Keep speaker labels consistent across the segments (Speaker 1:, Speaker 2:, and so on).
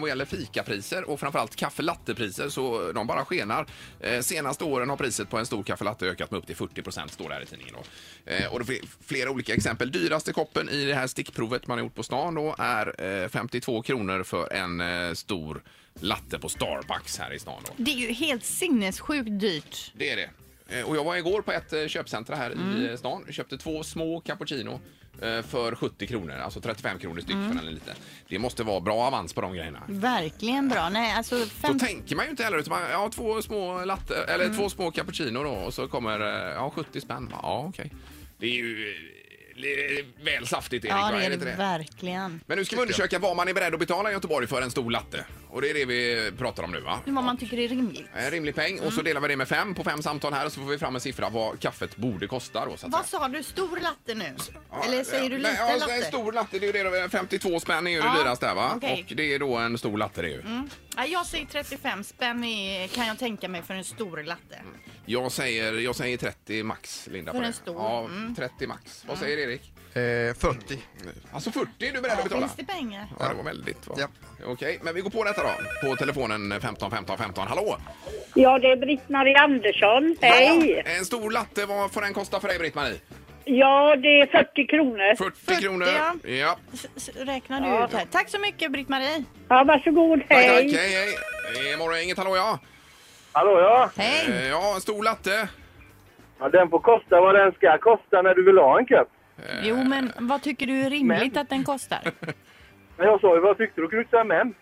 Speaker 1: vad gäller fikapriser och framförallt kaffelattepriser så de bara skenar. Eh, senaste åren har priset på en stor kaffelatte ökat med upp till 40 procent står det här i tidningen. Då. Eh, och det är flera olika exempel. Dyraste koppen i det här stickprovet man har gjort på stan då är eh, 52 kronor för en eh, stor latte på Starbucks här i stan. Då.
Speaker 2: Det är ju helt sinnessjukt dyrt.
Speaker 1: Det är det. Eh, Och jag var igår på ett eh, köpcentra här i eh, stan. Köpte två små cappuccino eh, för 70 kronor, alltså 35 kronor styck för en liten. Det måste vara bra avans på de grejerna.
Speaker 2: Verkligen bra. Nej, alltså
Speaker 1: Då
Speaker 2: fem... Mm.
Speaker 1: tänker man ju inte heller utan man, ja, två små latte, eller två små cappuccino då och så kommer eh, ja, 70 spänn. Ja, okej. Det är ju eh, det är väl saftigt Erik,
Speaker 2: Ja,
Speaker 1: va?
Speaker 2: det är
Speaker 1: det
Speaker 2: det
Speaker 1: inte det?
Speaker 2: verkligen.
Speaker 1: Men nu ska vi undersöka vad man är beredd att betala i Göteborg för en stor latte. Och det är det vi pratar om nu va?
Speaker 2: Vad man tycker är rimligt.
Speaker 1: En rimlig peng och
Speaker 2: Mm.
Speaker 1: så delar vi det med fem på fem samtal här och så får vi fram en siffra vad kaffet borde kosta då så att
Speaker 2: Vad
Speaker 1: säga.
Speaker 2: sa du? Stor latte nu? Eller säger du
Speaker 1: Nej,
Speaker 2: liten
Speaker 1: ja, En
Speaker 2: latte?
Speaker 1: stor latte, det är ju det då, 52 spänn är ju
Speaker 2: Ja,
Speaker 1: det dyraste här va?
Speaker 2: okej.
Speaker 1: Och det är då en stor latte det är ju.
Speaker 2: Ja, jag säger 35 spänn är, kan jag tänka mig för en stor latte.
Speaker 1: Mm. Jag säger, jag säger 30 max, Linda.
Speaker 2: För
Speaker 1: på
Speaker 2: en
Speaker 1: det.
Speaker 2: stor,
Speaker 1: Ja,
Speaker 2: mm.
Speaker 1: 30 max. Vad säger Erik?
Speaker 3: Eh, 40.
Speaker 1: Alltså 40 är du beredd att betala?
Speaker 2: Finns det pengar?
Speaker 1: Ja, det var väldigt. Va?
Speaker 3: Ja.
Speaker 1: Okej, men vi går på detta då. På telefonen 15 15 15. Hallå!
Speaker 4: Ja, det är Britt-Marie Andersson. Hej!
Speaker 1: En stor latte, vad får den kosta för dig Britt-Marie?
Speaker 4: Ja, det är 40 kronor.
Speaker 1: 40, kronor.
Speaker 2: ja.
Speaker 1: Ja.
Speaker 2: S- s- Räknar du
Speaker 4: Ja.
Speaker 2: ut här? Tack så mycket Britt-Marie.
Speaker 4: Ja, varsågod.
Speaker 1: Tack, tack.
Speaker 4: Hej!
Speaker 1: Hej, hej. Eh, morgon, inget hallå ja.
Speaker 5: Hallå ja.
Speaker 2: Hej!
Speaker 1: Eh, Ja, en stor latte.
Speaker 5: ja! Den får kosta vad den ska kosta när du vill ha en kopp.
Speaker 2: Jo, men vad tycker du är rimligt att den kostar?
Speaker 5: Men jag sa ju vad tyckte du? Kunde du inte säga men?
Speaker 1: Nej,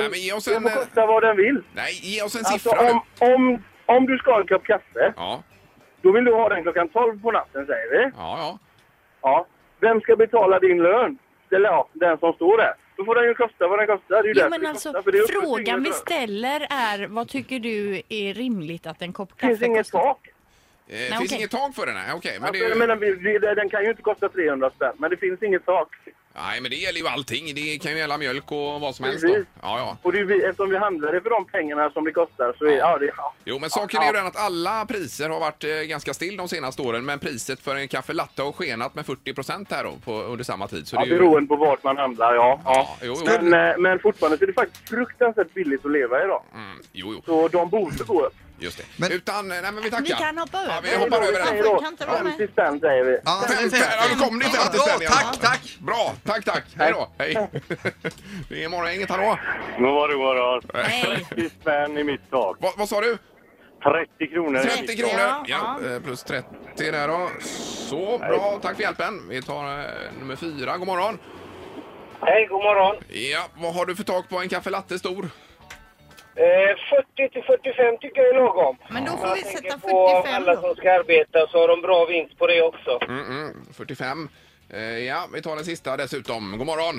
Speaker 5: Eh,
Speaker 1: men ge oss
Speaker 5: den
Speaker 1: en...
Speaker 5: får kosta vad den vill.
Speaker 1: Nej, ge oss en
Speaker 5: Alltså
Speaker 1: siffra nu.
Speaker 5: om, om, om du ska ha en kopp kaffe,
Speaker 1: Ja,
Speaker 5: då vill du ha den klockan 12 på natten säger vi.
Speaker 1: ja, ja.
Speaker 5: Ja. Vem ska betala din lön? Eller ja, den som står där. Då får den ju kosta vad den kostar. Det är ju
Speaker 2: Jo,
Speaker 5: därför
Speaker 2: men
Speaker 5: det
Speaker 2: alltså
Speaker 5: kostar, för det är uppe till
Speaker 2: frågan vi
Speaker 5: dygnet.
Speaker 2: ställer är vad tycker du är rimligt att en kopp
Speaker 5: Det
Speaker 2: kaffe
Speaker 5: finns inget
Speaker 2: kostar?
Speaker 5: tak.
Speaker 1: Eh, finns
Speaker 2: okej.
Speaker 1: inget tak för den här? Okej, men det
Speaker 5: Alltså,
Speaker 1: är
Speaker 5: jag
Speaker 1: ju...
Speaker 5: menar, vi- vi- den kan ju inte kosta 300 spänn, men det finns inget tak.
Speaker 1: Nej, men det gäller ju allting. Det kan ju gälla mjölk och vad som helst då.
Speaker 5: Precis.
Speaker 1: Ja, ja.
Speaker 5: Och det är, vi- eftersom vi handlar det för de pengarna som det kostar så är ja, det, ja.
Speaker 1: Jo, men saken är ju den att alla priser har varit eh, ganska still de senaste åren, men priset för en kaffe latte har skenat med 40 procent här då, på, under samma tid. Så
Speaker 5: Ja,
Speaker 1: det är ju-
Speaker 5: beroende på vart man handlar, ja.
Speaker 1: Ja,
Speaker 5: ja.
Speaker 1: jo, jo.
Speaker 5: Men, eh, men fortfarande så är det faktiskt fruktansvärt billigt att leva idag.
Speaker 1: Mm, jo, jo,
Speaker 5: Så de borde gå upp.
Speaker 1: just det.
Speaker 3: Men-
Speaker 1: Utan, eh, nej men vi tackar.
Speaker 2: Vi kan hoppa
Speaker 1: Ja,
Speaker 2: över.
Speaker 1: vi hoppar över
Speaker 2: Ja,
Speaker 1: den.
Speaker 2: för kan inte vara med.
Speaker 5: 50 spänn säger vi.
Speaker 3: Ja,
Speaker 1: Fem spänn. Ja, nu kom ni
Speaker 3: Ja,
Speaker 1: 50
Speaker 3: bra,
Speaker 1: spänn igen.
Speaker 3: tack, tack.
Speaker 1: Bra, tack, tack. Hej då. Hej. Det är imorgon, inget hallå.
Speaker 5: God morgon, god morgon.
Speaker 2: Nej.
Speaker 5: 30 spänn i mitt tak.
Speaker 1: Vad, vad sa du?
Speaker 5: 30 kronor
Speaker 1: 30 kronor. Ja,
Speaker 2: Ja,
Speaker 1: eh, plus 30 där då. Så, bra. Tack för hjälpen. Vi tar eh, nummer fyra. God morgon.
Speaker 5: Hej, god morgon.
Speaker 1: Ja, vad har du för tak på en kaffe latte stor?
Speaker 5: 40 Eh, till 45 tycker jag är lagom.
Speaker 2: Men då får vi sätta
Speaker 5: på
Speaker 2: 45
Speaker 5: alla
Speaker 2: då.
Speaker 5: som ska arbeta så har de bra vinst på det också.
Speaker 1: Mm, mm, 45. Eh, ja, vi tar den sista dessutom. God morgon.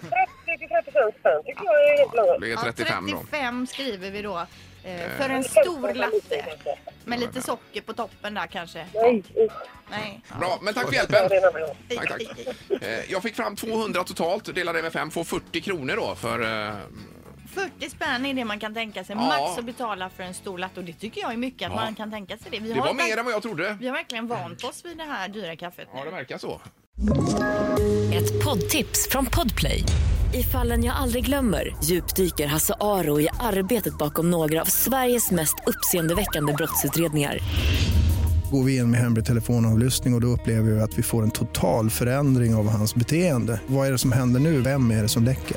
Speaker 4: 30 till 35 spänn tycker jag är helt
Speaker 1: Det
Speaker 4: lagom.
Speaker 1: blir
Speaker 2: Ja,
Speaker 1: 35 då.
Speaker 2: 35 skriver vi då. Eh, för en stor latte. Med lite socker på toppen där kanske.
Speaker 4: Nej,
Speaker 2: Nej.
Speaker 1: Bra, men tack för hjälpen. Tack, tack.
Speaker 2: Aj, aj, aj.
Speaker 1: Eh, jag fick fram 200 totalt, delade med 5, får 40 kronor då för... Eh,
Speaker 2: 40 spänn är det man kan tänka sig.
Speaker 1: Ja.
Speaker 2: Max att betala för en stor latte. Och det tycker jag är mycket att
Speaker 1: Ja.
Speaker 2: man kan tänka sig det. Vi
Speaker 1: det
Speaker 2: har,
Speaker 1: var
Speaker 2: verk-
Speaker 1: mer än vad jag trodde.
Speaker 2: vi har verkligen vant oss vid det här dyra kaffet.
Speaker 1: Ja, det verkar så.
Speaker 6: Ett poddtips från Podplay. I fallen jag aldrig glömmer djupdyker Hasse Aro i arbetet bakom några av Sveriges mest uppseendeväckande brottsutredningar.
Speaker 7: går vi in med hemlig telefonavlyssning och, och då upplever vi att vi får en total förändring av hans beteende. Vad är det som händer nu? Vem är det som läcker?